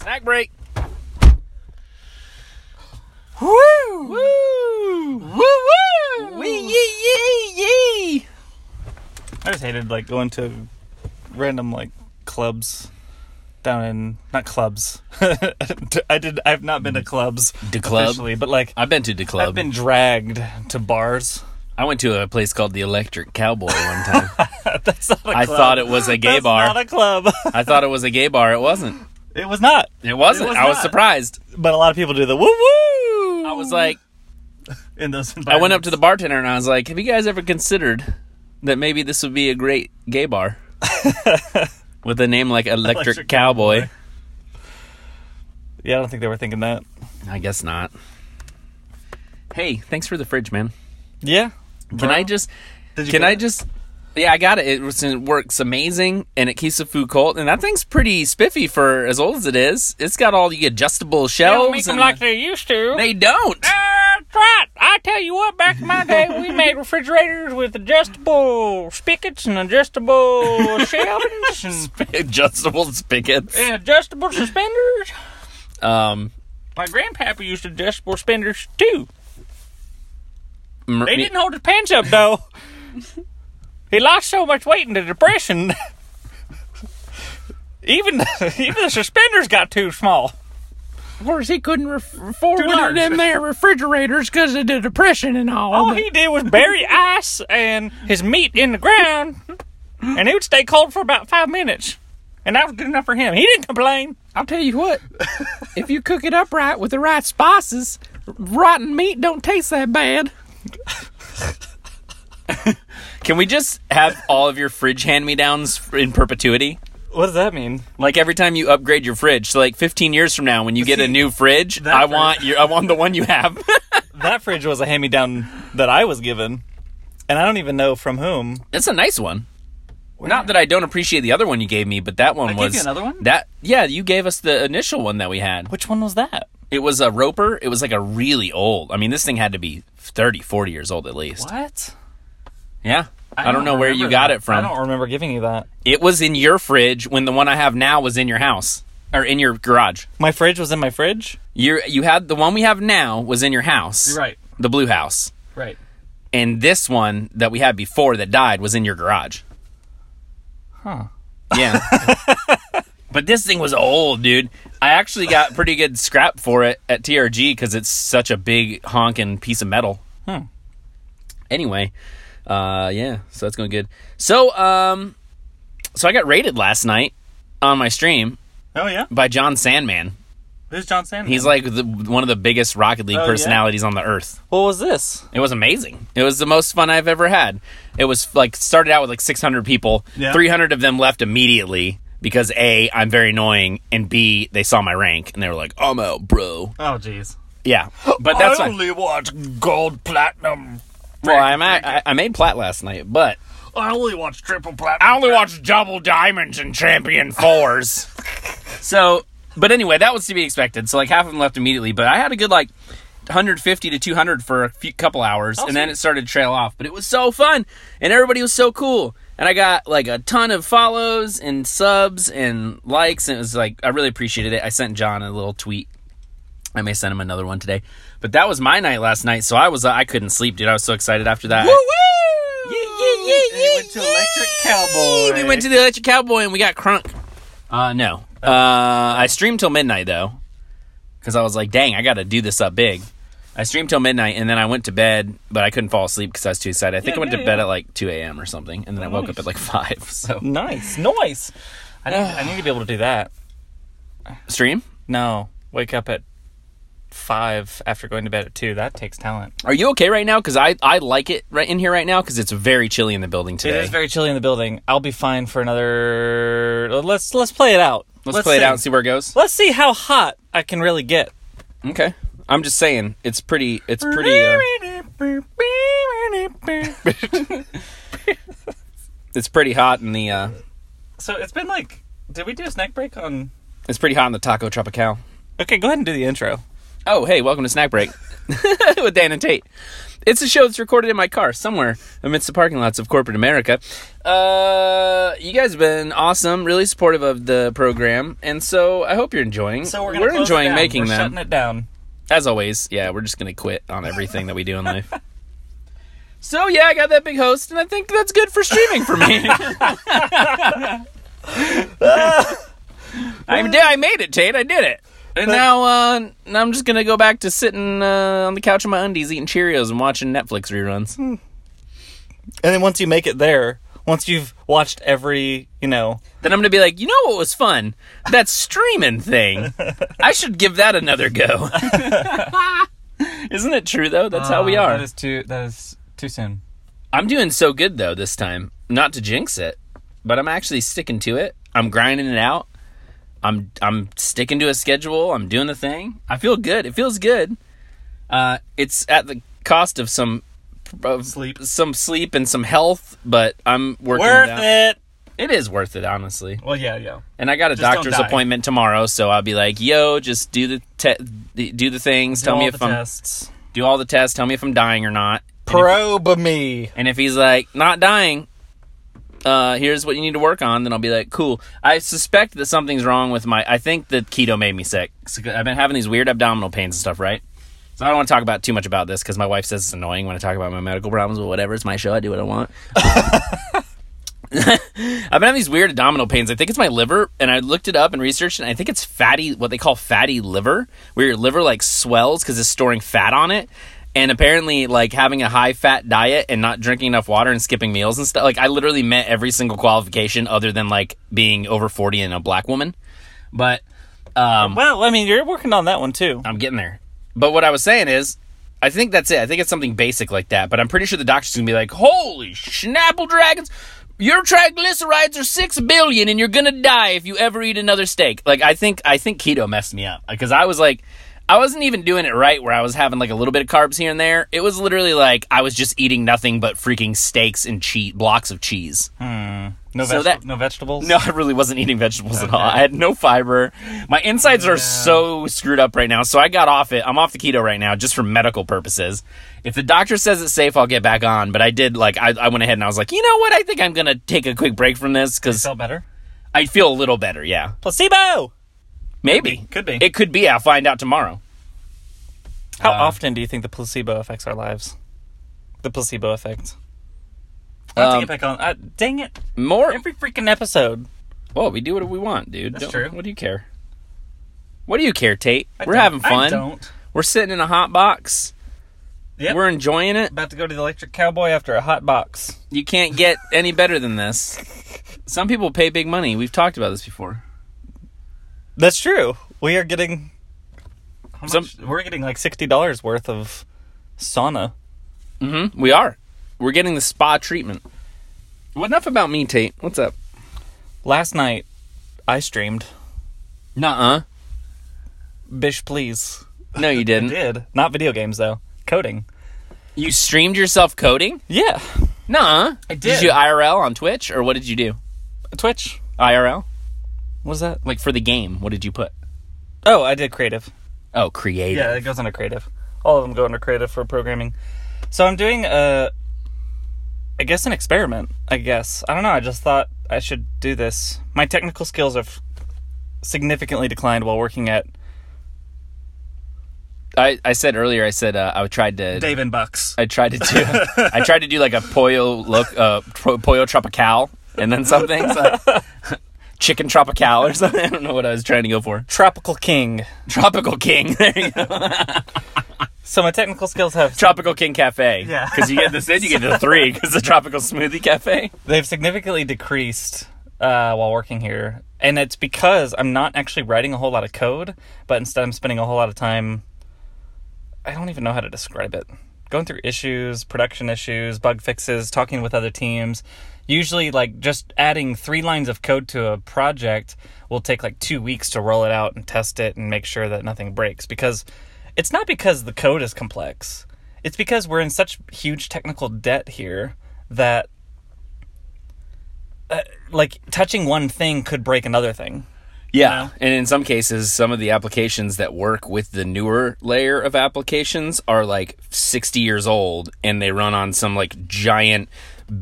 Snack break. Woo! Woo! Woo! Woo! Wee yee yee yee! I just hated like going to random like clubs down in not clubs. I did. I've not been to clubs The club? officially, but like I've been to the club. I've been dragged to bars. I went to a place called the Electric Cowboy one time. That's not a club. I thought it was a gay That's bar. Not a club. I thought it was a gay bar. It wasn't. it was not. It wasn't. It was I was not. surprised. But a lot of people do the woo woo. I was like, in those. I went up to the bartender and I was like, "Have you guys ever considered that maybe this would be a great gay bar with a name like Electric, Electric Cowboy. Yeah, I don't think they were thinking that. I guess not. Hey, thanks for the fridge, man. Yeah. Can I just? Did you Can get I it? just? Yeah, I got it. It, was- it works amazing, and it keeps the food cold. And that thing's pretty spiffy for as old as it is. It's got all the adjustable shelves. Don't make them and like they used to. they don't. That's right. I tell you what, back in my day, we made refrigerators with adjustable spigots and adjustable shelvings and, adjustable spigots. and adjustable suspenders. Um, My grandpappy used adjustable suspenders too. mer- They didn't hold his pants up though. he lost so much weight in the depression. even even the suspenders got too small. Of course, he couldn't afford one of them there refrigerators because of the depression and All he did was bury ice and his meat in the ground, and it would stay cold for about five minutes. And that was good enough for him. He didn't complain. I'll tell you what, if you cook it up right with the right spices, rotten meat don't taste that bad. Can we just have all of your fridge hand me downs in perpetuity? What does that mean? Like every time you upgrade your fridge, so like 15 years from now, when you get a new fridge, I fridge- want your, I want the one you have. That fridge was a hand-me-down that I was given, and I don't even know from whom. That's a nice one. Not that I don't appreciate the other one you gave me, but that one gave was you another one? That yeah, you gave us the initial one that we had. Which one was that? It was a Roper. It was like a really old. I mean, this thing had to be 30, 40 years old at least. What? Yeah. I, don't, know where you remember got that. it from. I don't remember giving you that. It was in your fridge when the one I have now was in your house or in your garage. My fridge was in my fridge. You you had the one we have now was in your house. right. The blue house. Right. And this one that we had before that died was in your garage. Huh. Yeah. but this thing was old, dude. I actually got pretty good scrap for it at TRG because it's such a big honking piece of metal. Hmm. Anyway, uh, yeah, so that's going good. So, um, so I got rated last night on my stream Oh yeah. by John Sandman. Who's John Sandman? He's like the, one of the biggest Rocket League Oh, yeah? personalities on the earth. What was this? It was amazing. It was the most fun I've ever had. It was like started out with like 600 people. Yeah. 300 of them left immediately because A, I'm very annoying, and B, they saw my rank and they were like, "I'm out, bro." Uh, Oh jeez. Yeah, but that's fine. only watch gold platinum. Well, I'm at, I, I made plat last night, but I only watch triple platinum. only watch double diamonds and champion fours. so, but anyway, that was to be expected. So like half of them left immediately, but I had a good like 150 to 200 for a few, couple hours, and then it started to trail off. But it was so fun, and everybody was so cool, and I got like a ton of follows and subs and likes, and it was like I really appreciated it. I sent John a little tweet. I may send him another one today, but that was my night last night. So I was uh, I couldn't sleep, dude. I was so excited after that. Woo Yeah, yeah, yeah, And you went to Electric Cowboy. We went to the Electric Cowboy and we got crunk. Uh, no. Uh, I streamed till midnight though, because I was like, dang, I got to do this up big. I streamed till midnight and then I went to bed, but I couldn't fall asleep because I was too excited. I think I went yeah, to bed at like 2 a.m. or something, and then I woke up at like 5. So Nice, nice. I need, I need to be able to do that. stream? No, wake up at five after going to bed at two. That takes talent. Are you okay right now? Because I I like it right in here right now because it's very chilly in the building It today. is very chilly in the building. I'll be fine for another. Let's let's play it out. Let's, play it see. out and see where it goes. Let's see how hot I can really get. Okay. I'm just saying, it's pretty. It's pretty. Uh, it's pretty hot in the. Uh, so it's been like, did we do a snack break on? it's pretty hot in the Taco Tropical. Okay, go ahead and do the intro. Oh, hey, welcome to Snack Break with Dan and Tate. It's a show that's recorded in my car somewhere amidst the parking lots of corporate America. Uh, you guys have been awesome, really supportive of the program, and so I hope you're enjoying. So we're, gonna close it enjoying down. making we're them. Shutting it down. As always, yeah, we're just gonna quit on everything that we do in life. So yeah, I got that big host, and I think that's good for streaming for me. I did. I made it, Tate. I did it. And now, uh, now I'm just gonna go back to sitting uh, on the couch in my undies, eating Cheerios and watching Netflix reruns. And then once you make it there, once you've watched every, you know, Then I'm gonna be like, you know what was fun? That streaming thing. I should give that another go. Isn't it true though? That's how we Uh, are. That is too. That is too soon. I'm doing so good though this time. Not to jinx it, but I'm actually sticking to it. I'm grinding it out. I'm I'm sticking to a schedule. I'm doing the thing. I feel good. It feels good. Uh, it's at the cost of some of Sleep. some sleep and some health, but I'm working. worth down- it. It is worth it, honestly. Well, yeah, yeah. And I got a don't doctor's die. appointment tomorrow, so I'll be like, "Yo, just do the te- do the things. tell all me if the I'm tests. do all the tests. Tell me if I'm dying or not. And if Probe me. and if he's like, not dying, uh, here's what you need to work on, then I'll be like, cool. I suspect that something's wrong with my. I think that keto made me sick. So I've been having these weird abdominal pains and stuff, right? So I don't want to talk about too much about this because my wife says it's annoying when I talk about my medical problems, but whatever, it's my show. I do what I want. I've been having these weird abdominal pains. I think it's my liver, and I looked it up and researched, it, and I think it's fatty, what they call fatty liver, where your liver like swells because it's storing fat on it. And apparently, like having a high fat diet and not drinking enough water and skipping meals and stuff, like I literally met every single qualification other than like being over 40 and a black woman. But um, Well, I mean, you're working on that one too. I'm getting there. But what I was saying is, I think that's it. I think it's something basic like that. But I'm pretty sure the doctor's gonna be like, "Holy schnapple dragons! Your triglycerides are six billion, and you're gonna die if you ever eat another steak." Like I think I think keto messed me up because I was like. I wasn't even doing it right where I was having like a little bit of carbs here and there. It was literally like I was just eating nothing but freaking steaks and cheese, blocks of cheese. No, So veg- that- no vegetables. No, I really wasn't eating vegetables at all. I had no fiber. My insides are so screwed up right now. So I got off it. I'm off the keto right now just for medical purposes. If the doctor says it's safe, I'll get back on. But I did, like, I, I went ahead and I was like, you know what? I think I'm going to take a quick break from this because Felt better. I feel a little better. Yeah. Placebo. Maybe. Could be. It could be. I'll find out tomorrow. How often do you think the placebo affects our lives? The placebo effect. I have to Um, get back on. Uh, dang it! More. Every freaking episode. Well, we do what we want, dude. That's Don't- true. What do you care? What do you care, Tate? I We're don't- having fun. I don't. We're sitting in a hot box. Yep. We're enjoying it. About to go to the electric cowboy after a hot box. You can't get any better than this. Some people pay big money. We've talked about this before. That's true. We are getting. How Some- much? We're getting like sixty dollars worth of sauna. Mm-hmm. We are. We're getting the spa treatment. Well, enough about me, Tate. What's up? Last night, I streamed. Nuh-uh. Bish, please. No, you didn't. Did not video games though. Coding. You streamed yourself coding? Yeah. Nuh-uh. I Did you IRL on Twitch, or what did you do? Twitch. IRL? What was that? Like, for the game, what did you put? Oh, I did creative. Oh, creative. Yeah, it goes under creative. All of them go under creative for programming. So I'm doing a, I guess an experiment. I guess I don't know. I just thought I should do this. My technical skills have significantly declined while working at I, I said earlier, I said uh, I tried to... Dave and Bucks. I tried to do... I tried to do, like, a pollo, look, uh, pro- pollo tropical, and then something. So, chicken tropical or something. I don't know what I was trying to go for. Tropical King. Tropical King. There you go. So my technical skills have Tropical King Cafe. Yeah. Because you get this in, you get the three. Because the Tropical Smoothie Cafe. they've significantly decreased uh, while working here, and it's because I'm not actually writing a whole lot of code, but instead I'm spending a whole lot of time. I don't even know how to describe it. Going through issues, production issues, bug fixes, talking with other teams. Usually, like just adding three lines of code to a project will take like two weeks to roll it out and test it and make sure that nothing breaks. Because it's not because the code is complex, it's because we're in such huge technical debt here that like touching one thing could break another thing. Yeah, and in some cases, some of the applications that work with the newer layer of applications are like 60 years old, and they run on some like giant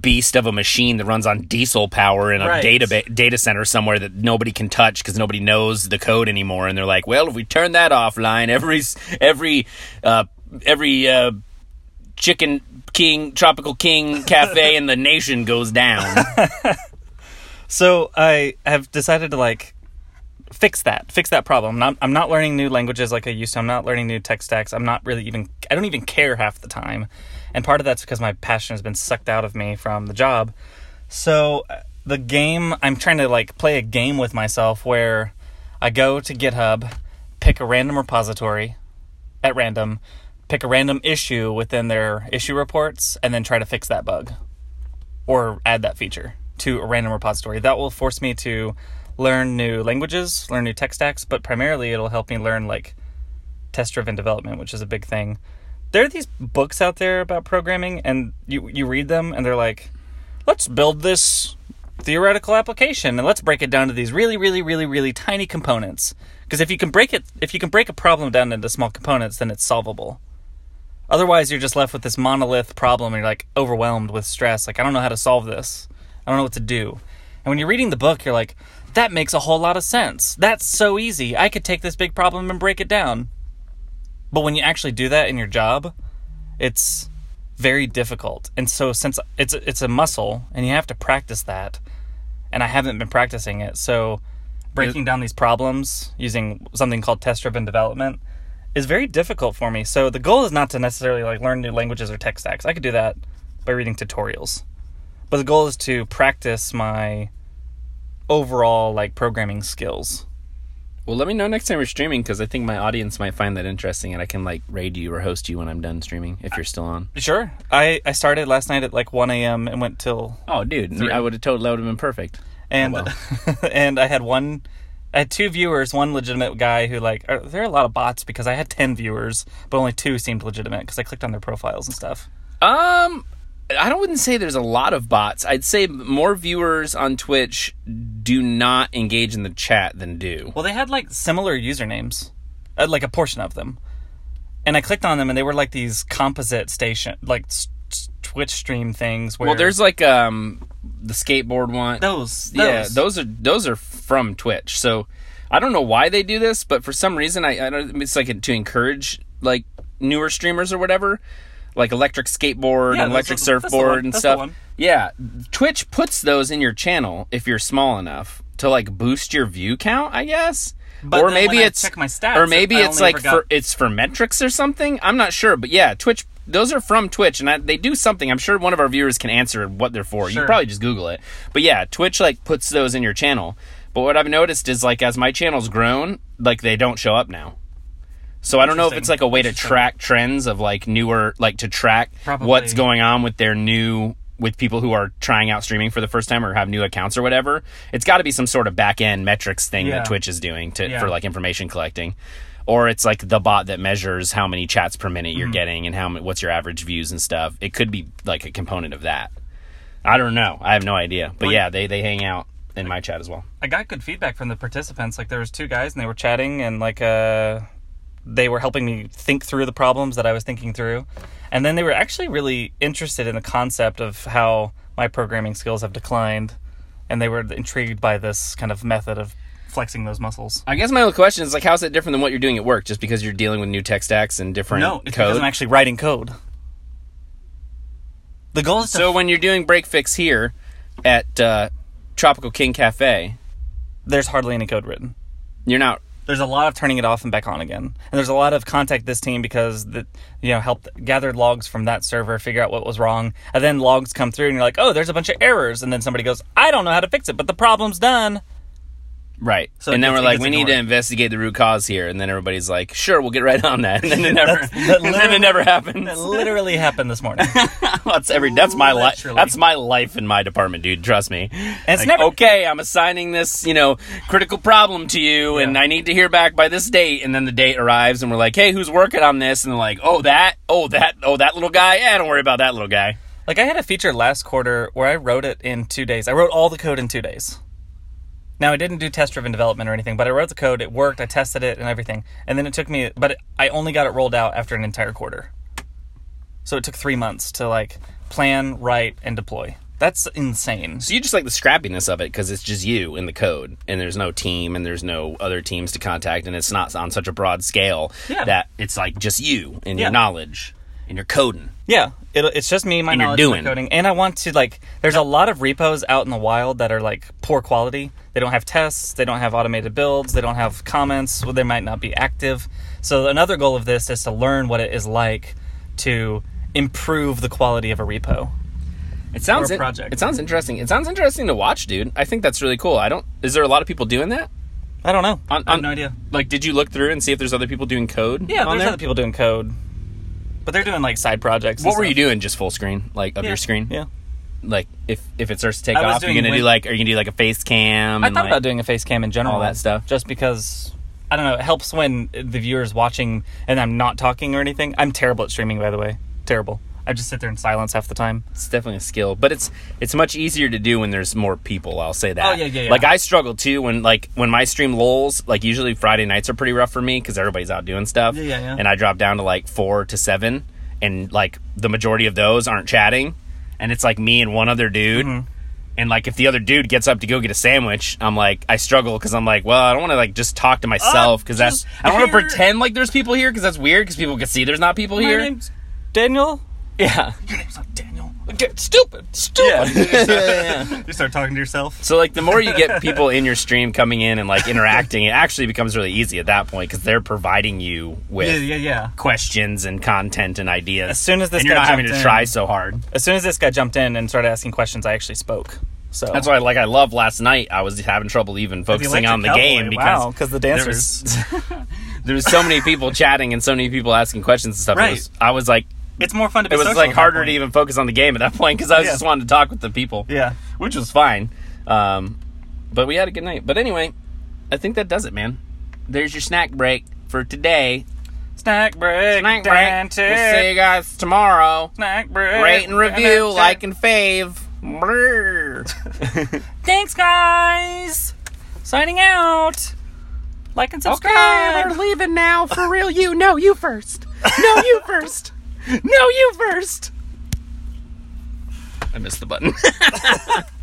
beast of a machine that runs on diesel power in a Right. data data center somewhere that nobody can touch because nobody knows the code anymore. And they're like, "Well, if we turn that offline, every s- every uh, every uh, chicken king, tropical king cafe in the nation goes down." So I have decided to like fix that, fix that problem. I'm not, I'm not learning new languages like I used to. I'm not learning new tech stacks. I'm not really even. I don't even care half the time, and part of that's because my passion has been sucked out of me from the job. So uh, the game I'm trying to like play a game with myself where I go to GitHub, pick a random repository at random, pick a random issue within their issue reports, and then try to fix that bug or add that feature to a random repository. That will force me to learn new languages, learn new tech stacks, but primarily it'll help me learn like test driven development, which is a big thing. There are these books out there about programming and you you read them and they're like, let's build this theoretical application and let's break it down to these really really really really tiny components because if you can break it if you can break a problem down into small components then it's solvable Otherwise, you're just left with this monolith problem and you're like overwhelmed with stress. Like, I don't know how to solve this. I don't know what to do. And when you're reading the book, you're like, that makes a whole lot of sense. That's so easy. I could take this big problem and break it down. But when you actually do that in your job, it's very difficult. And so since it's it's a muscle and you have to practice that, and I haven't been practicing it. So breaking down these problems using something called test driven development is very difficult for me. So the goal is not to necessarily like learn new languages or tech stacks. I could do that by reading tutorials. But the goal is to practice my overall like programming skills. Well, let me know next time we're streaming because I think my audience might find that interesting, and I can like raid you or host you when I'm done streaming if you're still on. Sure. I, I started last night at like 1 a.m. and went till Oh, dude, I would have totally would have been perfect. and and I had one, I had two viewers, one legitimate guy who like are, there are a lot of bots because I had ten viewers, but only two seemed legitimate because I clicked on their profiles and stuff. Um, I don't wouldn't say there's a lot of bots. I'd say more viewers on Twitch do not engage in the chat than do. Well, they had like similar usernames, uh, like a portion of them, and I clicked on them and they were like these composite station like s- s- Twitch stream things. Where Well, there's like um the skateboard one. those, Yeah, those are those are from Twitch. So I don't know why they do this, but for some reason I, I don't, it's like to encourage like newer streamers or whatever, like electric skateboard Yeah, and that's electric the- that's the surfboard one, and that's the stuff. one. Yeah, Twitch puts those in your channel if you're small enough to like boost your view count, I guess. But or then maybe when I it's check my stats, or maybe I it's only like ever got- for it's for metrics or something. I'm not sure, but yeah, Twitch. Those are from Twitch, and I, they do something. I'm sure one of our viewers can answer what they're for. You can probably just Google it. But yeah, Twitch like puts those in your channel. But what I've noticed is like as my channel's grown, like they don't show up now. So I don't know if Interesting. it's like a way to track trends of like newer, like to track Probably. what's going on with their new with people who are trying out streaming for the first time or have new accounts or whatever. It's got to be some sort of back end metrics thing Yeah. that Twitch is doing to Yeah. for like information collecting. Or it's like the bot that measures how many chats per minute Mm-hmm. you're getting and how many, what's your average views and stuff. It could be like a component of that. I don't know. I have no idea. But yeah, they they hang out in my chat as well. I got good feedback from the participants. Like there was two guys and they were chatting and like uh they were helping me think through the problems that I was thinking through. And then they were actually really interested in the concept of how my programming skills have declined and they were intrigued by this kind of method of flexing those muscles. I guess my only question is like, how's it different than what you're doing at work? Just because you're dealing with new tech stacks and different No, it's because code. I'm actually writing code. The goal is to so when you're doing break fix here at uh, Tropical King Cafe, there's hardly any code written. you're not. there's a lot of turning it off and back on again and there's a lot of contact this team because that you know helped gather logs from that server figure out what was wrong and then logs come through and you're like oh there's a bunch of errors and then somebody goes i don't know how to fix it but the problem's done Right. So and it then gets- we're it like, gets we need to ignored. investigate the root cause here. And then everybody's like, sure, we'll get right on that. And then it never, and then literally- it never happens. that literally happened this morning that's every. That's my life. Literally. That's my life in my department, dude. Trust me. it's Like, never- okay. I'm assigning this, you know, critical problem to you, and Yeah. I need to hear back by this date. And then the date arrives, and we're like, hey, who's working on this? And they're like, oh, that, oh, that, oh, that little guy. Yeah, don't worry about that little guy. like i had a feature last quarter where i wrote it in two days i wrote all the code in two days Now I didn't do test driven development or anything, but I wrote the code. It worked. I tested it and everything, and then it took me. But I only got it rolled out after an entire quarter. So it took three months to like plan, write, and deploy. That's insane. So you just like the scrappiness of it because it's just you in the code, and there's no team, and there's no other teams to contact, and it's not on such a broad scale Yeah. that it's like just you and Yeah. your knowledge and your coding. Yeah, it, it's just me, my And you're knowledge of doing. coding, and I want to like. There's a lot of repos out in the wild that are like poor quality. They don't have tests. They don't have automated builds. They don't have comments. Well, they might not be active. So another goal of this is to learn what it is like to improve the quality of a repo. It sounds Or a in- project. It sounds interesting. It sounds interesting to watch, dude. I think that's really cool. I don't. Is there a lot of people doing that? I don't know. On- I have on- no idea. Like, did you look through and see if there's other people doing code? Yeah, on there's there? other people doing code, but they're doing like side projects. and What were stuff. you doing? Just full screen, like of Yeah. your screen. Yeah, Like, if if it starts to take I was off, you're doing gonna do win- like, are you gonna do like a face cam? I and, thought like- about doing a face cam in general, all that stuff. just because I don't know. It helps when the viewer's watching and I'm not talking or anything. I'm terrible at streaming, by the way. Terrible. I just sit there in silence half the time. It's definitely a skill, but it's it's much easier to do when there's more people. I'll say that. Oh, yeah, yeah, yeah. Like I struggle too when like when my stream lulls. Like usually Friday nights are pretty rough for me because everybody's out doing stuff. Yeah, yeah, yeah. And I drop down to like four to seven, and like the majority of those aren't chatting, and it's like me and one other dude. Mm-hmm. And like if the other dude gets up to go get a sandwich, I'm like I struggle because I'm like, well, I don't want to like just talk to myself Uh, because that's I don't want to here. pretend like there's people here because that's weird because people can see there's not people here. Daniel. yeah. Your name's not Daniel. Get stupid. Stupid. you start talking to yourself. So like the more you get people in your stream coming in and like interacting, it actually becomes really easy at that point because they're providing you with Yeah, yeah, yeah. questions and content and ideas. As soon as this and you're guy not having jumped to in. try so hard. As soon as this guy jumped in and started asking questions, I actually spoke. So That's why, like I love last night, I was having trouble even focusing Electric on the Cowboy, game because wow, 'cause the there dancers. was there was so many people chatting and so many people asking questions and stuff. It Right. was- I was like, It's more fun to be. it was social like at that harder point. to even focus on the game at that point because I was Yeah. just wanting to talk with the people. Yeah. which was fine. Um, but we had a good night. But anyway, I think that does it, man. There's your snack break for today. Snack break. Snack Dan break. We'll see you Tick. guys tomorrow. Snack break. Rate and review, Dan Tick. like and fave. Brrr. Thanks, guys. Signing out. Like and subscribe. We're leaving now. For real, you. No, you first. No, you first. No, you first. I missed the button.